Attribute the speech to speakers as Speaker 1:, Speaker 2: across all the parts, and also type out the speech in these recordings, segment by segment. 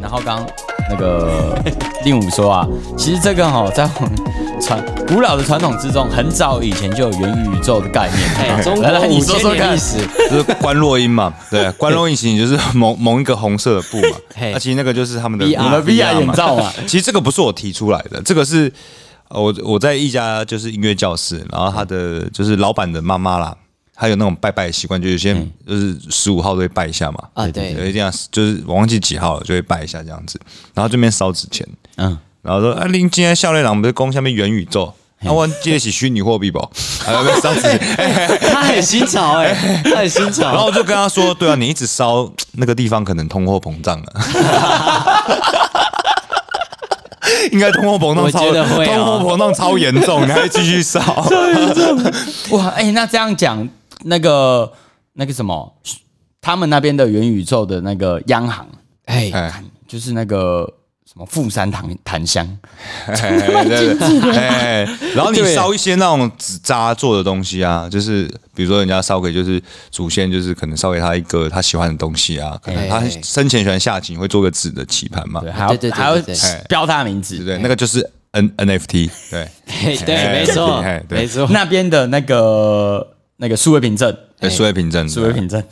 Speaker 1: 然后刚刚那个 令武说啊，其实这个哈、在我们传古老的传统之中，很早以前就有元宇宙的概念。
Speaker 2: 哎，中
Speaker 1: 来
Speaker 2: 国
Speaker 1: 来，你
Speaker 2: 五
Speaker 1: 说
Speaker 2: 千
Speaker 1: 说
Speaker 2: 年
Speaker 1: 看
Speaker 2: 历，史，
Speaker 3: 就是关洛音嘛，对，关洛音其实就是蒙蒙一个红色的布嘛，啊
Speaker 2: 嘿
Speaker 3: 那其实那个就是他们的
Speaker 2: VR
Speaker 3: 嘛
Speaker 1: 你们 VR 眼罩嘛
Speaker 3: 其实这个不是我提出来的，这个是呃我我在一家就是音乐教室，然后他的就是老板的妈妈啦，她有那种拜拜的习惯，就有些人就是十五号都会拜一下嘛，
Speaker 2: 啊对
Speaker 3: 有一定要就是我忘记几号了，就会拜一下这样子，然后这边烧纸钱，
Speaker 1: 嗯，
Speaker 3: 然后说啊，林今天笑脸郎不是攻下面元宇宙，啊，我借起虚拟货币不？还有烧纸钱。
Speaker 2: 他很新潮哎，他 很新
Speaker 3: 然后
Speaker 2: 潮。
Speaker 3: 我就跟他说：“对啊，你一直烧那个地方，可能通货膨胀了。啊 应该通货膨胀
Speaker 2: 我
Speaker 3: 超，
Speaker 2: 觉得会哦
Speaker 3: 通货膨胀超严重，你还继 续烧？
Speaker 1: 哇，哎、那这样讲，那个那个什么，他们那边的元宇宙的那个央行，
Speaker 2: 哎，
Speaker 3: 哎，
Speaker 1: 就是那个什么富山檀檀香，
Speaker 3: 哎对对
Speaker 2: 啊
Speaker 3: 对，哎，然后你
Speaker 1: 对
Speaker 3: 烧一些那种纸扎做的东西啊，就是比如说人家烧给就是祖先，就是可能烧给他一个他喜欢的东西啊，可能他
Speaker 2: 哎
Speaker 3: 生前喜欢下棋，你会做个纸的棋盘嘛，
Speaker 1: 对，
Speaker 3: 对
Speaker 1: 还要
Speaker 2: 对对对
Speaker 1: 还要
Speaker 2: 对
Speaker 3: 对
Speaker 1: 标他的名
Speaker 3: 不
Speaker 1: 字。
Speaker 3: 对？那个就是 N NFT，对，
Speaker 2: 嘿对，没错
Speaker 3: 哎哎，对
Speaker 2: 没错。
Speaker 1: 那边的那个那个数位凭证，
Speaker 3: 对，
Speaker 2: 哎
Speaker 3: 数位凭证，
Speaker 1: 数位凭证。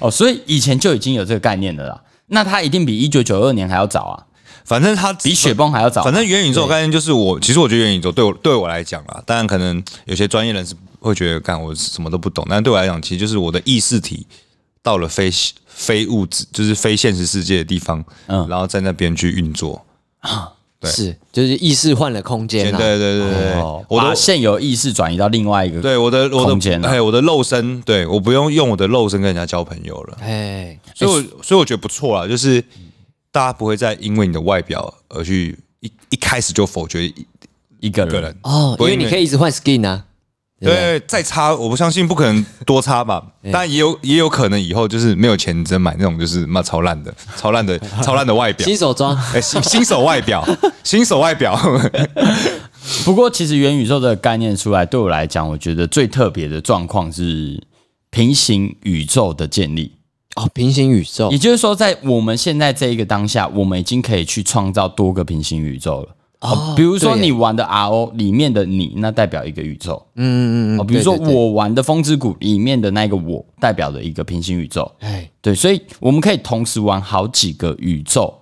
Speaker 1: 哦，所以以前就已经有这个概念的啦。那它一定比一九九二年还要早啊，
Speaker 3: 反正他
Speaker 1: 比雪崩还要早。
Speaker 3: 反正元宇宙概念就是我，其实我觉得元宇宙对我对我来讲啦，当然可能有些专业人士会觉得，干我什么都不懂，但对我来讲，其实就是我的意识体到了非非物质，就是非现实世界的地方，
Speaker 1: 嗯
Speaker 3: 然后在那边去运作。对
Speaker 2: 是，就是意识换了空
Speaker 3: 对
Speaker 2: 间啊
Speaker 3: 对
Speaker 2: 啦。
Speaker 3: 对对对，
Speaker 1: 哦，
Speaker 3: 我
Speaker 1: 把
Speaker 3: 的
Speaker 1: 现有意识转移到另外一个。
Speaker 3: 对我的我
Speaker 1: 空
Speaker 3: 的
Speaker 1: 间啊
Speaker 3: 哎我的肉身，对我不用用我的肉身跟人家交朋友了，
Speaker 2: 哎，
Speaker 3: 所以我所以我觉得不错啦，就是大家不会再因为你的外表而去一一开始就否决一
Speaker 1: 一个
Speaker 3: 个
Speaker 1: 人。
Speaker 3: 人
Speaker 2: 哦，
Speaker 3: 不
Speaker 2: 因
Speaker 3: 会
Speaker 2: 为你可以一直换 skin 啊。对不对
Speaker 3: 对，再差我不相信不可能多差吧，但也有也有可能以后就是没有钱，你只能买那种就是 妈超烂的、超烂的、超烂的外表
Speaker 2: 新，手装，
Speaker 3: 哎，新新手外表， 新手外表，
Speaker 1: 不过其实元宇宙这个概念出来，对我来讲，我觉得最特别的状况是平行宇宙的建立。
Speaker 2: 哦，平行宇宙
Speaker 1: 也就是说，在我们现在这一个当下，我们已经可以去创造多个平行宇宙了。
Speaker 2: 哦
Speaker 1: 比如说
Speaker 2: 对耶
Speaker 1: 你玩的 RO 里面的你，那代表一个宇宙。
Speaker 2: 嗯嗯嗯
Speaker 1: 哦，
Speaker 2: 嗯，
Speaker 1: 比如说
Speaker 2: 对，对对
Speaker 1: 我玩的《风之谷》里面的那个我，代表的一个平行宇宙。
Speaker 2: 哎，
Speaker 1: 对，所以我们可以同时玩好几个宇宙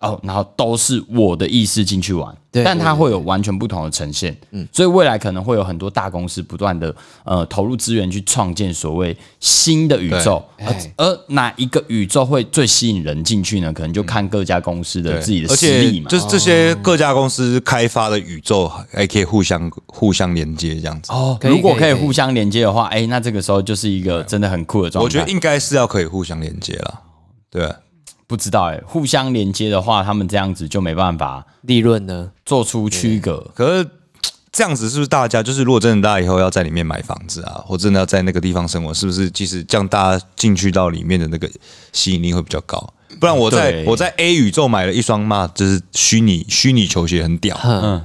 Speaker 1: 哦，然后都是我的意识进去玩，
Speaker 2: 对
Speaker 1: 但它
Speaker 2: 对对
Speaker 1: 会有完全不同的呈现。嗯，所以未来可能会有很多大公司不断的呃投入资源去创建所谓新的宇宙，
Speaker 2: 对
Speaker 1: 而
Speaker 2: 哎
Speaker 1: 而哪一个宇宙会最吸引人进去呢？可能就看各家公司的自己的
Speaker 3: 而
Speaker 1: 实
Speaker 3: 且
Speaker 1: 力嘛。哦
Speaker 3: 就是这些各家公司开发的宇宙还可以互相互相连接这样子。
Speaker 1: 哦
Speaker 2: 可以
Speaker 1: 如果可
Speaker 2: 可
Speaker 1: 以
Speaker 2: 以
Speaker 1: 互相连接的话，哎，那这个时候就是一个真的很酷的状态。
Speaker 3: 我觉得应该是要可以互相连接了，对，
Speaker 1: 不知道哎、互相连接的话，他们这样子就没办法
Speaker 2: 利润呢？
Speaker 1: 做出区隔。
Speaker 3: 可是这样子是不是大家就是如果真的大家以后要在里面买房子啊，或真的要在那个地方生活，是不是其实这样大家进去到里面的那个吸引力会比较高？不然我在
Speaker 1: 对
Speaker 3: 我在 A 宇宙买了一双嘛，就是虚拟虚拟球鞋很屌，
Speaker 2: 嗯，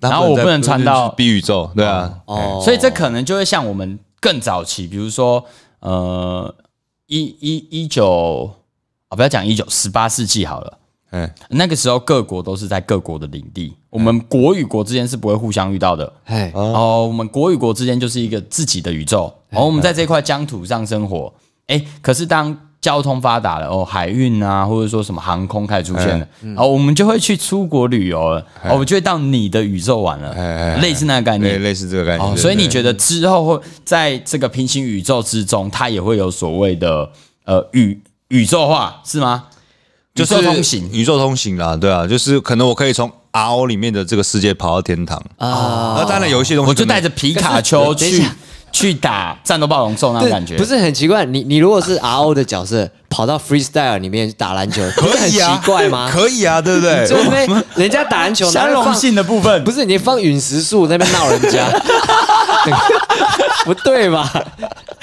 Speaker 3: 但
Speaker 1: 然后我
Speaker 3: 在
Speaker 1: 不能穿到
Speaker 3: 就是 B 宇宙，对啊，
Speaker 2: 哦，
Speaker 1: 所以这可能就会像我们更早期，比如说呃一一一九啊，不要讲一九十八世纪好了，
Speaker 3: 哎，
Speaker 1: 那个时候各国都是在各国的领地，我们国与国之间是不会互相遇到的。
Speaker 2: 哎，
Speaker 1: 哦，我们国与国之间就是一个自己的宇宙，然后我们在这块疆土上生活。哎，可是当交通发达了，哦，海运啊，或者说什么航空开始出现了，
Speaker 3: 哎嗯
Speaker 1: 然后我们就会去出国旅游了，哦，我们就会到你的宇宙玩了，类似那个概
Speaker 3: 哎类
Speaker 1: 念。
Speaker 3: 类似这个概念。
Speaker 1: 哦，
Speaker 3: 对
Speaker 1: 所以你
Speaker 3: 对
Speaker 1: 觉得之后会在这个平行宇宙之中，它也会有所谓的呃宇宇宙化是吗？宇
Speaker 3: 就是
Speaker 1: 宙通行
Speaker 3: 宇宙通行啦，对啊，就是可能我可以从 RO 里面的这个世界跑到天堂啊。那当然有一些东西
Speaker 1: 我就
Speaker 3: 可能
Speaker 1: 带着皮卡丘
Speaker 2: 等一
Speaker 1: 去
Speaker 2: 下
Speaker 1: 去打战斗暴龙兽那种
Speaker 2: 对
Speaker 1: 感觉，
Speaker 2: 不是很奇怪？你你如果是 RO 的角色，跑到 freestyle 里面打篮球，不是
Speaker 3: 可
Speaker 2: 很
Speaker 3: 以
Speaker 2: 奇
Speaker 3: 啊，
Speaker 2: 怪吗？
Speaker 3: 可以啊，对不对？
Speaker 2: 就因为人家打篮球，
Speaker 1: 相
Speaker 2: 然后
Speaker 1: 容
Speaker 2: 放
Speaker 1: 性的部分
Speaker 2: 不是你放陨石树那边闹人家， 不对吧？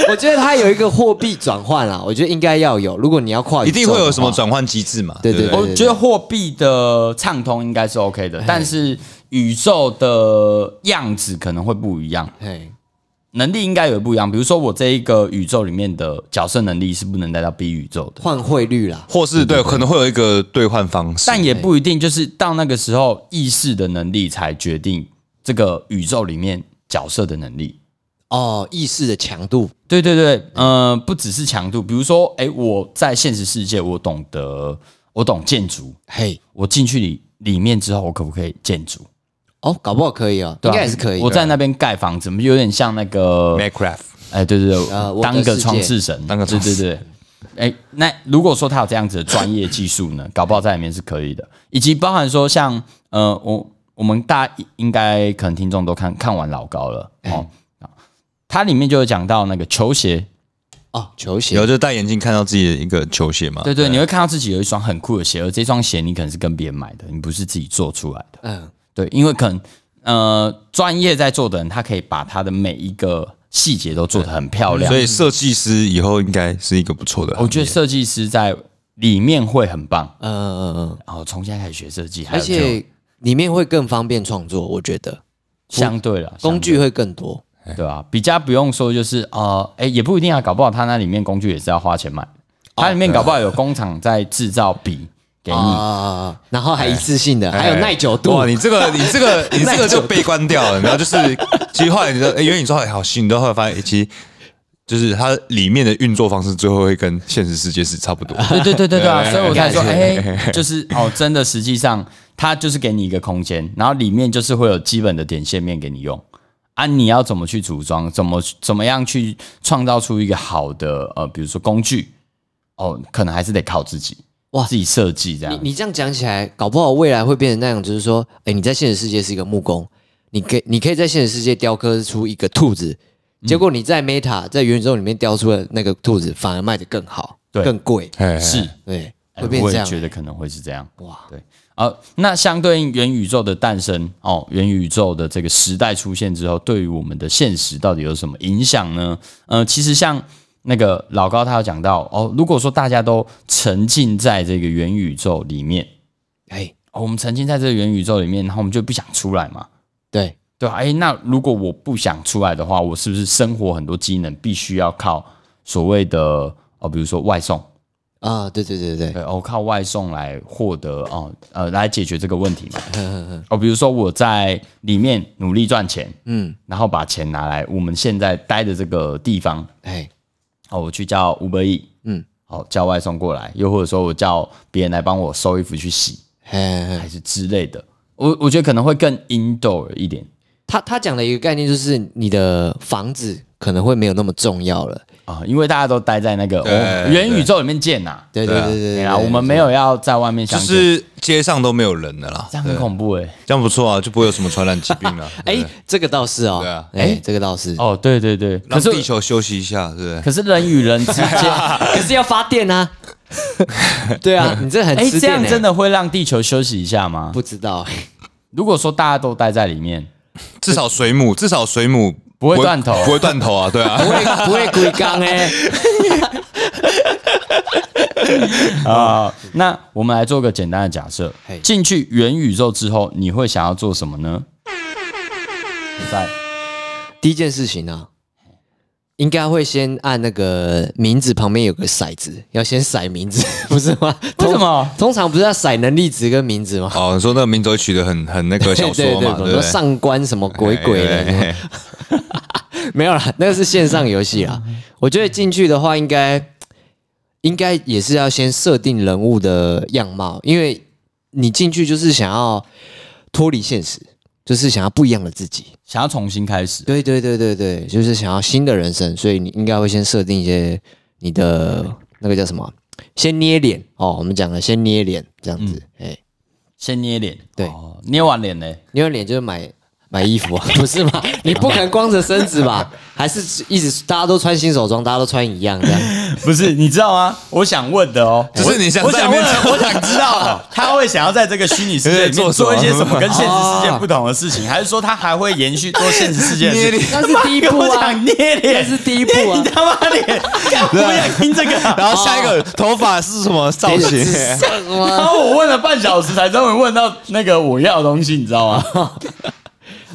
Speaker 2: 我觉得它有一个货币转换啦，我觉得应该要有。如果你要跨宇宙
Speaker 3: 啊一定会有什么
Speaker 2: 的话
Speaker 3: 转换机制嘛？
Speaker 2: 对
Speaker 3: 对
Speaker 2: 对
Speaker 3: 不
Speaker 2: 对
Speaker 1: 我觉得货币的畅通应该是 OK 的，但是宇宙的样子可能会不一样。
Speaker 2: 嘿
Speaker 1: 能力应该也不一样。比如说我这一个宇宙里面的角色能力是不能带到 B 宇宙的，
Speaker 2: 换汇率啦，
Speaker 3: 或是对，可能会有一个兑换方式。
Speaker 1: 但也不一定就是到那个时候意识的能力才决定这个宇宙里面角色的能力。
Speaker 2: 哦，意识的强度，
Speaker 1: 对对对，呃，不只是强度，比如说，哎，我在现实世界我懂得，我懂建筑，
Speaker 2: 嘿，
Speaker 1: 我进去里里面之后，我可不可以建筑？
Speaker 2: 哦，搞不好可以哦，
Speaker 1: 对
Speaker 2: 应
Speaker 1: 啊
Speaker 2: 该也是可以。
Speaker 1: 我在那边盖房子，有点像那个
Speaker 3: m a c r a f t
Speaker 1: 哎，对对对，
Speaker 2: 呃我的
Speaker 1: 当个
Speaker 2: 世界
Speaker 1: 创世神，
Speaker 3: 当个
Speaker 1: 对
Speaker 3: 创
Speaker 1: 对
Speaker 3: 世
Speaker 1: 对。哎，那如果说他有这样子的专业技术呢， 搞不好在里面是可以的，以及包含说像呃，我我们大家应该可能听众都看看完老高了
Speaker 2: 嗯
Speaker 1: 哦，它里面就有讲到那个球鞋，
Speaker 2: 哦，球鞋
Speaker 3: 然后就戴眼镜看到自己的一个球鞋嘛。
Speaker 1: 对对，你会看到自己有一双很酷的鞋，而这双鞋你可能是跟别人买的，你不是自己做出来的。
Speaker 2: 嗯，
Speaker 1: 对，因为可能呃，专业在做的人，他可以把他的每一个细节都做得很漂亮，
Speaker 3: 所以设计师以后应该是一个不错的行业。
Speaker 1: 我觉得设计师在里面会很棒。
Speaker 2: 嗯嗯嗯，
Speaker 1: 然后从现在开始学设计，还
Speaker 2: 而
Speaker 1: 有就
Speaker 2: 且里面会更方便创作，我觉得
Speaker 1: 相对了
Speaker 2: 工具会更多。
Speaker 1: 相对对吧、比较不用说就是呃，哎，也不一定啊，搞不好他那里面工具也是要花钱买，它里面搞不好有工厂在制造笔给你。
Speaker 2: 啊，然后还一次性的，还有耐久度
Speaker 3: 哎哇，，你这个，你这个，你这个就被关掉了。然后就是，其实后来你说，哎，因为你说哎好新，你都后来发现，哎其实就是它里面的运作方式，最后会跟现实世界是差不多。
Speaker 1: 对对对对对啊！
Speaker 3: 对
Speaker 1: 所以我才说，
Speaker 2: 感
Speaker 1: 哎、 就是哦，真的，实际上它就是给你一个空间，然后里面就是会有基本的点线面给你用啊。你要怎么去组装，怎么怎么样去创造出一个好的呃，比如说工具哦，可能还是得靠自己哇，
Speaker 2: 哇
Speaker 1: 自己设计这样。
Speaker 2: 你这样讲起来，搞不好未来会变成那样，就是说，哎，你在现实世界是一个木工，你可以你可以在现实世界雕刻出一个兔子，
Speaker 1: 嗯
Speaker 2: 结果你在 Meta 在元宇宙里面雕出的那个兔子，反而卖得更好，
Speaker 1: 对
Speaker 2: 更贵，
Speaker 3: 哎
Speaker 1: 是，
Speaker 2: 对，
Speaker 1: 哎
Speaker 2: 会变
Speaker 1: 我
Speaker 2: 成
Speaker 1: 也
Speaker 2: 这样
Speaker 1: 觉。得可能会是这样。
Speaker 2: 哇，
Speaker 1: 对，呃，那相对应元宇宙的诞生哦，元宇宙的这个时代出现之后，对于我们的现实到底有什么影响呢？呃，其实像那个老高他有讲到哦，如果说大家都沉浸在这个元宇宙里面，
Speaker 2: 哎，
Speaker 1: 哦，我们沉浸在这个元宇宙里面，然后我们就不想出来嘛。
Speaker 2: 对，
Speaker 1: 对吧？哎，那如果我不想出来的话，我是不是生活很多机能必须要靠所谓的哦，比如说外送，
Speaker 2: 啊，对对对对对，
Speaker 1: 对，呃我、靠外送来获得哦，呃，来解决这个问题嘛。哦，比如说我在里面努力赚钱，
Speaker 2: 嗯，
Speaker 1: 然后把钱拿来我们现在待的这个地方，
Speaker 2: 哎，
Speaker 1: 哦，我去叫五百亿，
Speaker 2: 嗯，
Speaker 1: 哦，叫外送过来，又或者说我叫别人来帮我收衣服去洗，
Speaker 2: 嘿嘿嘿
Speaker 1: 还是之类的。我我觉得可能会更 indoor 一点
Speaker 2: 他他讲的一个概念就是，你的房子可能会没有那么重要了。
Speaker 1: 啊、因为大家都待在那个、
Speaker 3: 对
Speaker 1: 哦元宇宙里面见呐、
Speaker 2: 对对对对对
Speaker 1: 对啊，我们没有要在外面
Speaker 3: 就
Speaker 1: 相见，
Speaker 3: 是街上都没有人了啦
Speaker 1: 这，样很恐怖哎、
Speaker 3: 这样不错啊，就不会有什么传染疾病了。
Speaker 2: 哎
Speaker 3: 哎，，
Speaker 2: 这个倒是哦
Speaker 3: 对啊，
Speaker 2: 哎，这个倒是，
Speaker 1: 哦，对对对，可
Speaker 3: 让
Speaker 1: 是
Speaker 3: 地球休息一下，对不对？
Speaker 1: 可是人与人之 间。
Speaker 2: 可是要发电啊。 对啊，你这很
Speaker 1: 哎，
Speaker 2: 吃
Speaker 1: 这
Speaker 2: 电
Speaker 1: 样
Speaker 2: 欸
Speaker 1: 真的会让地球休息一下吗？
Speaker 2: 不知道，
Speaker 1: 如果说大家都待在里面，
Speaker 3: 至少水母，至少水母
Speaker 1: 不会断头
Speaker 3: 不会断头啊，对啊。
Speaker 2: 不会不会龟缸哎，
Speaker 1: 啊、那我们来做个简单的假设
Speaker 2: 嘿，
Speaker 1: 进去元宇宙之后，你会想要做什么呢？在
Speaker 2: 第一件事情啊，应该会先按那个名字旁边有个骰子，要先骰名字， 不是吗？
Speaker 1: 为
Speaker 2: 通
Speaker 1: 什么？
Speaker 2: 通常不是要骰能力值跟名字吗？
Speaker 3: 哦，你说那个名字会取得很很那个小说
Speaker 2: 对
Speaker 3: 嘛，对
Speaker 2: 对，
Speaker 3: 不
Speaker 2: 说
Speaker 3: 对？
Speaker 2: 上官什么鬼鬼的，
Speaker 3: 哎，哎
Speaker 2: 没有啦，那个是线上游戏啦。我觉得进去的话应该应该也是要先设定人物的样貌，因为你进去就是想要脱离现实，就是想要不一样的自己。
Speaker 1: 想要重新开始，
Speaker 2: 对对对对对，就是想要新的人生，所以你应该会先设定一些你的那个叫什么，先捏脸哦。我们讲的先捏脸这样子，哎、
Speaker 1: 先捏脸，
Speaker 2: 对
Speaker 1: 哦捏完脸呢，
Speaker 2: 捏完脸就是买买衣服、啊， 不是吗？你不可能光着身子吧？还是一直大家都穿新手装，大家都穿一样这样？
Speaker 1: 不是，你知道吗？我想问的哦，
Speaker 3: 就是你想
Speaker 1: 我我
Speaker 3: 在
Speaker 1: 想
Speaker 3: 里面
Speaker 1: 问的，我想知道 他会想要在这个虚拟世界里面
Speaker 3: 对
Speaker 1: 做
Speaker 3: 做
Speaker 1: 一
Speaker 3: 什么
Speaker 1: 些什么跟现实世界不同的事情，还是说他还会延续做现实世界的事
Speaker 3: 捏
Speaker 1: 情？
Speaker 2: 那是第一
Speaker 1: 跟
Speaker 2: 步
Speaker 1: 我
Speaker 2: 啊
Speaker 1: 讲，捏
Speaker 2: 那
Speaker 1: 脸
Speaker 2: 是第一步啊
Speaker 1: 你。他妈的，我不想听这个。然
Speaker 3: 然后下一个头发是什么造型？
Speaker 2: 什 么？
Speaker 1: 后我问了半小时，才终于问到那个我 要的东西，你知道吗？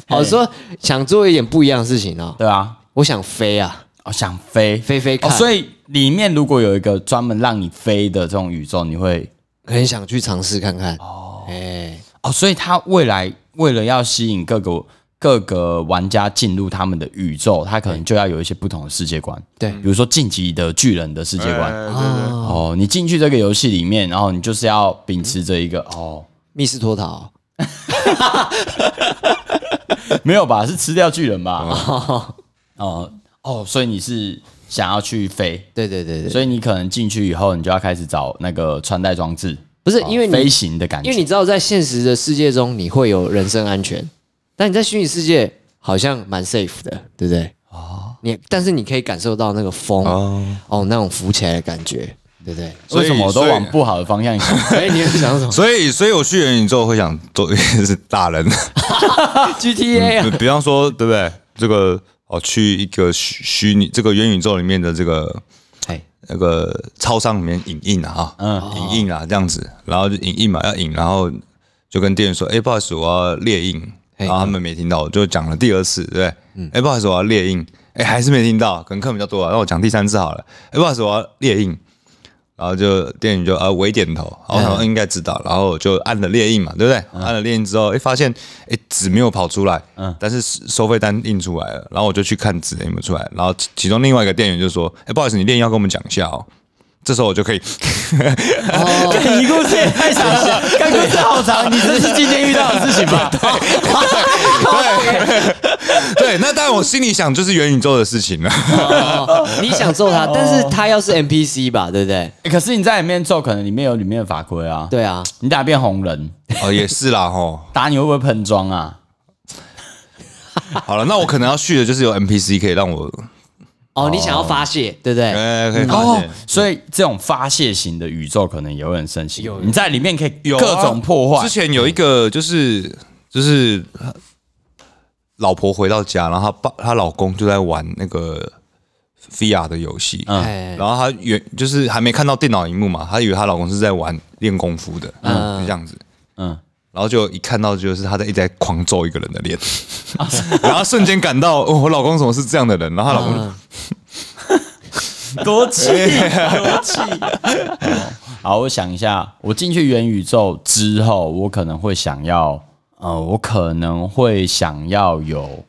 Speaker 2: 我说想做一点不一样的事情哦。
Speaker 1: 对啊，
Speaker 2: 我想飞啊，
Speaker 1: 哦，想飞
Speaker 2: 飞飞
Speaker 1: 哦，
Speaker 2: 看，
Speaker 1: 所以里面如果有一个专门让你飞的这种宇宙，你会
Speaker 2: 很想去尝试看看。哦，哎、
Speaker 1: 哦，所以他未来为了要吸引各个各个玩家进入他们的宇宙，他可能就要有一些不同的世界观，
Speaker 2: 对啊
Speaker 1: 比如说晋级的巨人的世界观。
Speaker 3: 哎对对
Speaker 1: 哦，你进去这个游戏里面，然后你就是要秉持着一个哦，
Speaker 2: 密室脱逃，
Speaker 1: 没有吧？是吃掉巨人吧？哦哦，所以你是想要去飞，
Speaker 2: 对对对对，
Speaker 1: 所以你可能进去以后，你就要开始找那个穿戴装置，
Speaker 2: 不是
Speaker 1: 哦
Speaker 2: 因为你
Speaker 1: 飞行的感觉，
Speaker 2: 因为你知道在现实的世界中你会有人身安全，但你在虚拟世界好像蛮 safe 的，对不对？哦，你但是你可以感受到那个风哦
Speaker 3: 哦，
Speaker 2: 那种浮起来的感觉，对 不对？
Speaker 3: 所
Speaker 1: 为
Speaker 3: 以
Speaker 1: 什么我都
Speaker 3: 所以
Speaker 1: 往不好的方向想？
Speaker 2: 哎、你在想什 么
Speaker 3: 所以所以我去元宇宙会想做 是大人，
Speaker 1: 嗯
Speaker 2: ？GTA 啊，
Speaker 3: 比比方说对不对？这个哦，去一个虚虚拟这个元宇宙里面的这个
Speaker 2: 哎，
Speaker 3: 那个超商里面影印啊，嗯，影印啊这样子，然后就影印嘛，要影，然后就跟店员说，哎、不好意思，我要列印，
Speaker 2: 嘿
Speaker 3: 然后他们没听到，我就讲了第二次，对不对，嗯，哎、不好意思，我要列印，哎、还是没听到，可能客人比较多啊，那我讲第三次好了，哎、不好意思，我要列印。然后就店员就呃微点头，然后他们应该知道，然后就按了列印嘛，对不对？按了列印之后，哎，发现哎纸没有跑出来，嗯，但是收费单印出来了，然后我就去看纸有没有出来，然后其其中另外一个店员就说，哎，不好意思，你列印要跟我们讲一下哦。这时候我就可以，
Speaker 2: 哎
Speaker 1: 你故事也太长了， 干故事好长，你这是今天遇到的事情吧？
Speaker 3: 对，那当然我心里想就是元宇宙的事情了。
Speaker 2: 哦你想揍他，但是他要是 NPC 吧，对不对？
Speaker 1: 欸可是你在里面揍，可能里面有里面的法规啊。，
Speaker 2: 对啊，
Speaker 1: 你打变红人，
Speaker 3: 哦，也是啦，吼。
Speaker 1: 打你会不会喷装啊？
Speaker 3: 好了，那我可能要去的就是有 NPC 可以让我，
Speaker 2: 哦，你想要发泄，对不对？
Speaker 3: 哎、可以发
Speaker 1: 哦
Speaker 3: 现。，
Speaker 1: 所以这种发泄型的宇宙可能也会很盛行。你在里面可以各种破坏
Speaker 3: 啊之。前有一个就是就是老婆回到家，然后她爸她老公就在玩那个 VR 的游戏，
Speaker 1: 嗯
Speaker 2: 哎、
Speaker 3: 然后她原就是还没看到电脑荧幕嘛，她以为她老公是在玩练功夫的，嗯，就这样子，
Speaker 1: 嗯
Speaker 3: 嗯。然后就一看到就是她在一直在狂揍一个人的脸，
Speaker 1: 啊
Speaker 3: 然后瞬间感到、哦、我老公怎么是这样的人？然后她老公
Speaker 2: 嗯
Speaker 3: 就
Speaker 1: 嗯多 气，多气。好，我想一下，我进去元宇宙之后，我可能会想要，呃，我可能会想要有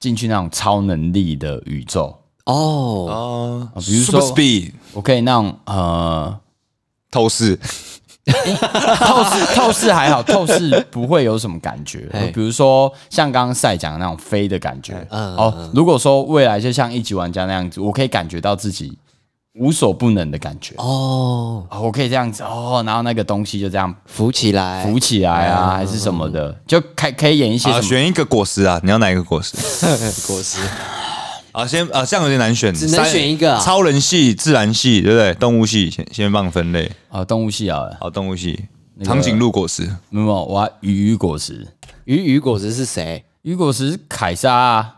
Speaker 1: 进去那种超能力的宇宙，
Speaker 2: 哦，
Speaker 3: 哦，
Speaker 1: 比如说
Speaker 3: Super Speed
Speaker 1: 我可以那种呃
Speaker 3: 透视，
Speaker 1: 透视透视还好，透视不会有什么感觉
Speaker 2: 嘿。
Speaker 1: 比如说像刚刚赛讲的那种飞的感觉，
Speaker 2: 嗯
Speaker 1: 哦，如果说未来就像一级玩家那样子，我可以感觉到自己无所不能的感觉。
Speaker 2: 哦，
Speaker 1: 哦，我可以这样子哦，然后那个东西就这样
Speaker 2: 浮起来，
Speaker 1: 浮起来啊，还是什么的，就开可以演一些
Speaker 3: 啊，
Speaker 1: 什么。
Speaker 3: 选一个果实啊，你要哪一个果实？
Speaker 2: 果实，
Speaker 3: 啊，先啊，这样有点难选，
Speaker 2: 只能
Speaker 3: 三
Speaker 2: 选一个啊
Speaker 3: 超人系、自然系，对不对？动物系先先放分类，
Speaker 1: 啊，动物系啊，
Speaker 3: 好，动物系，长颈鹿果实，
Speaker 1: 没有，我要鱼鱼果实，
Speaker 2: 鱼鱼果实是谁？
Speaker 1: 鱼果实是凯撒啊，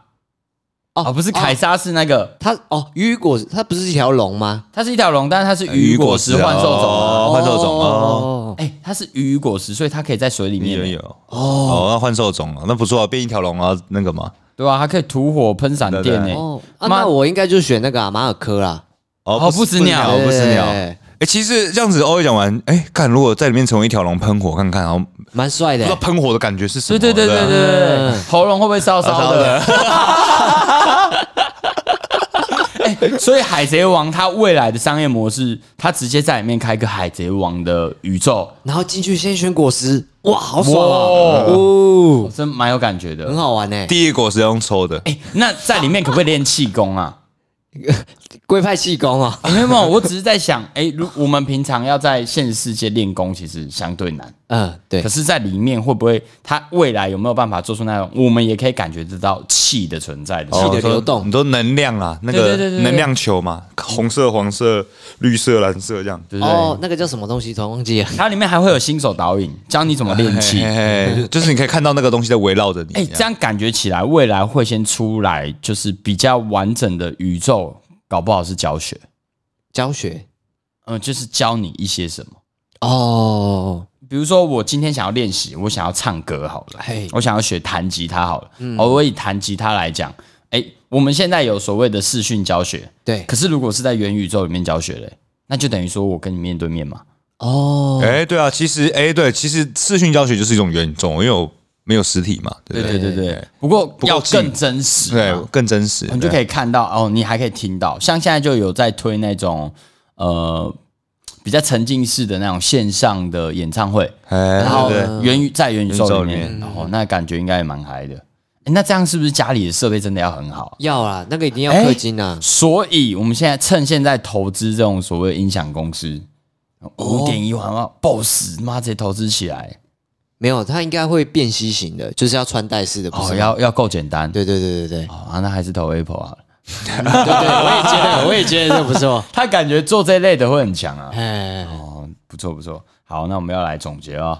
Speaker 2: 哦
Speaker 1: 啊不是凯撒是那个，
Speaker 2: 它哦，鱼果实它不是一条龙吗？
Speaker 1: 它是一条龙，但是它是鱼鱼果实幻兽种啊。
Speaker 3: 哦，幻兽种哦，
Speaker 2: 哦
Speaker 1: 哎，它是鱼鱼果实，所以它可以在水里
Speaker 3: 有
Speaker 1: 面，
Speaker 3: 有哦，那幻兽种啊，那不错啊，变一条龙啊，那个嘛，
Speaker 1: 对吧？它可以吐火喷闪
Speaker 3: 对
Speaker 1: 电
Speaker 3: 对
Speaker 1: 诶。
Speaker 2: 哦，啊
Speaker 1: 妈
Speaker 2: 那我应该就选那个啊马尔科啦。
Speaker 1: 哦不死鸟
Speaker 3: 不死鸟。
Speaker 2: 对
Speaker 3: 哎，其实这样子偶尔讲完，哎，看如果在里面成为一条龙喷火，看看，然后不
Speaker 2: 蛮帅的
Speaker 3: 知道。喷火的感觉是什
Speaker 1: 对
Speaker 3: 么？
Speaker 1: 对对对
Speaker 3: 啊
Speaker 1: 对对对，
Speaker 2: 嗯
Speaker 1: 喉咙会不会烧烧的？哎，所以《海贼王》它未来的商业模式，它直接在里面开个《海贼王》的宇宙，
Speaker 2: 然后进去先选果实，哇，好爽啊！
Speaker 1: 哇
Speaker 2: 哦
Speaker 1: 我，真蛮有感觉
Speaker 2: 很
Speaker 1: 的。
Speaker 2: 好玩欸呢。
Speaker 3: 第一个果实要用抽的，
Speaker 1: 哎，那在里面可不可以练气功啊？
Speaker 2: 龟派气功啊，
Speaker 1: 没有没有，我只是在想， 哎，如我们平常要在现实世界练功，其实相对难。
Speaker 2: 嗯，对
Speaker 1: 可，是，在里面会不会，它未来有没有办法做出那种我们也可以感觉得到气的存在的？
Speaker 2: 气
Speaker 3: 哦
Speaker 2: 的流动
Speaker 3: 你说能量啊，那
Speaker 1: 对
Speaker 3: 个
Speaker 1: 对对对对
Speaker 3: 能量球嘛，红色、黄色、绿色、蓝色这样。
Speaker 1: 对不对？
Speaker 2: 哦，那个叫什么东西，突然忘记了。
Speaker 1: 它里面还会有新手导引，教你怎么练 气。
Speaker 3: 嘿嘿嘿就是你可以看到那个东西在围绕着你。
Speaker 1: 哎、这样感觉起来，未来会先出来就是比较完整的宇宙，搞不好是教学，
Speaker 2: 教学
Speaker 1: 嗯、就是教你一些什么。
Speaker 2: 哦，
Speaker 1: 比如说，我今天想要练习，我想要唱歌好了
Speaker 2: 嘿，
Speaker 3: 嗯
Speaker 1: 我想要学弹吉他好了。哦，我以弹吉他来讲，哎，我们现在有所谓的视讯教学，
Speaker 2: 对，
Speaker 1: 可是如果是在元宇宙里面教学嘞，那就等于说我跟你面对面嘛。
Speaker 2: 哦，
Speaker 3: 哎、对啊，其实哎、对，其实视讯教学就是一种元宇宙，因为我没有实体嘛，对
Speaker 1: 对
Speaker 3: 不
Speaker 1: 对
Speaker 3: 对？
Speaker 1: 对对，不过
Speaker 3: 过
Speaker 1: 要
Speaker 3: 近
Speaker 1: 更真实
Speaker 3: 对
Speaker 1: 嘛，，
Speaker 3: 更真实，
Speaker 1: 你就可以看到哦，你还可以听到，像现在就有在推那种呃比较沉浸式的那种线上的演唱会，
Speaker 3: 哎，
Speaker 1: 然后
Speaker 3: 对对
Speaker 1: 元宇在元宇宙里
Speaker 3: 元宇宙
Speaker 1: 面，然后那感觉应该也蛮嗨的。诶那这样是不是家里的设备真的要很好？
Speaker 2: 要啦，那个一定要
Speaker 1: 哎
Speaker 2: 氪金啊，
Speaker 1: 所以我们现在趁现在投资这种所谓的音响公司，
Speaker 2: 哦
Speaker 1: 五点一环嘛，BOSS 妈直接投资起来，
Speaker 2: 没有，它应该会变稀型的，就是要穿戴式的，不
Speaker 1: 哦，
Speaker 2: 是？
Speaker 1: 要要够简单。，
Speaker 2: 对对对对对
Speaker 1: 哦啊，那还是投 Apple 啊。
Speaker 2: 对对，我也觉得，我也觉得这不错，
Speaker 1: 他感觉做这类的会很强啊。
Speaker 2: 哎，
Speaker 1: 哦，不错不错。好，那我们要来总结哦。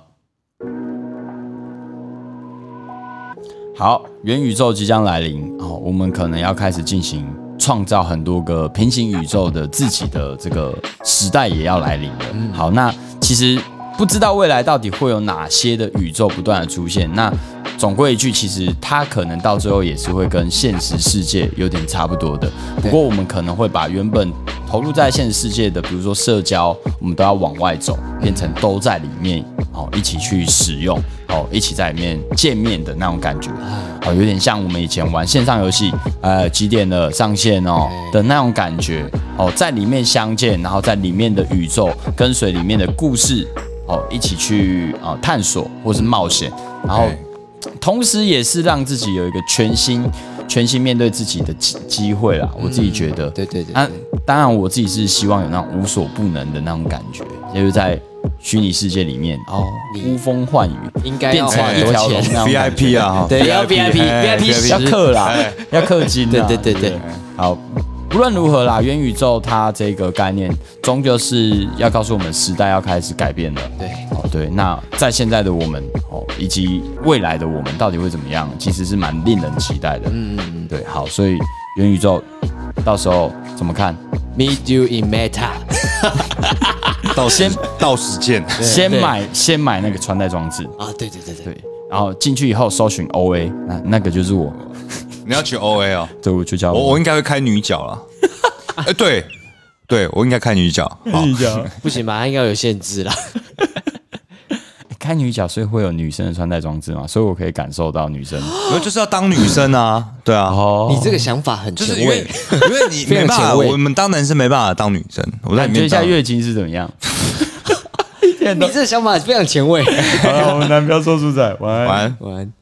Speaker 1: 好，元宇宙即将来临哦，我们可能要开始进行创造很多个平行宇宙的自己的这个时代也要来临了。好，那其实不知道未来到底会有哪些的宇宙不断的出现，那总归一句，其实它可能到最后也是会跟现实世界有点差不多的。不过我们可能会把原本投入在现实世界的，比如说社交，我们都要往外走，变成都在里面哦，一起去使用哦，一起在里面见面的那种感觉。哦，有点像我们以前玩线上游戏，呃，几点了上线哦的那种感觉哦，在里面相见，然后在里面的宇宙跟随里面的故事哦，一起去啊、呃探索或是冒险，然后
Speaker 3: 对
Speaker 1: 同时也是让自己有一个全新、全新面对自己的机机会啦。我自己觉得，
Speaker 2: 对对对
Speaker 1: 那、
Speaker 2: 对
Speaker 1: 当然，我自己是希望有那种无所不能的那种感觉，就是在虚拟世界里面哦，
Speaker 2: 你
Speaker 1: 呼风唤雨，
Speaker 2: 应该
Speaker 1: 变
Speaker 2: 要
Speaker 1: 成
Speaker 2: 花
Speaker 1: 一
Speaker 2: 很多
Speaker 1: 条龙
Speaker 2: 钱，
Speaker 1: 那种感觉
Speaker 3: VIP 啊，哈
Speaker 2: 对要 VIP
Speaker 3: 哎
Speaker 2: VIP 十
Speaker 1: 要氪啦
Speaker 3: 哎，
Speaker 1: 要氪金啊。
Speaker 2: 对对对对
Speaker 1: 不好。不论如何啦，元宇宙它这个概念，终究是要告诉我们时代要开始改变了。
Speaker 2: 对
Speaker 1: 哦，对，那在现在的我们哦，以及未来的我们到底会怎么样，其实是蛮令人期待的。嗯嗯对，好，所以元宇宙到时候怎么看？
Speaker 2: ，Meet you in Meta，
Speaker 3: 到时到时见，
Speaker 1: 先
Speaker 2: 对
Speaker 1: 买先买那个穿戴装置，
Speaker 2: 啊，对对对对，
Speaker 1: 对，然后进去以后搜寻 OA，那那个就是我，
Speaker 3: 你要去 OA 哦，
Speaker 1: 对，我就叫
Speaker 3: 我我应该会开女 角啦。哎，对对，我应该开女角，好
Speaker 1: 女角，
Speaker 2: 不行吧，它应该有限制啦，
Speaker 1: 开女角，所以会有女生的穿戴装置嘛，所以我可以感受到女生。
Speaker 3: 没有就是要当女生啊，对啊，
Speaker 1: 哦，
Speaker 2: 你这个想法很
Speaker 3: 就
Speaker 2: 前
Speaker 3: 是 因为
Speaker 2: 卫，
Speaker 3: 因为你
Speaker 2: 非常
Speaker 3: 没办法，
Speaker 2: 前卫
Speaker 3: 我们当男生没办法当女生，我在
Speaker 1: 感
Speaker 3: 里
Speaker 1: 觉一
Speaker 3: 面
Speaker 1: 下
Speaker 3: 当。
Speaker 1: 月经是怎么样？
Speaker 2: 你这个想法非常前卫，
Speaker 1: 好了，我们男票说出仔，晚
Speaker 3: 完
Speaker 2: 晚安。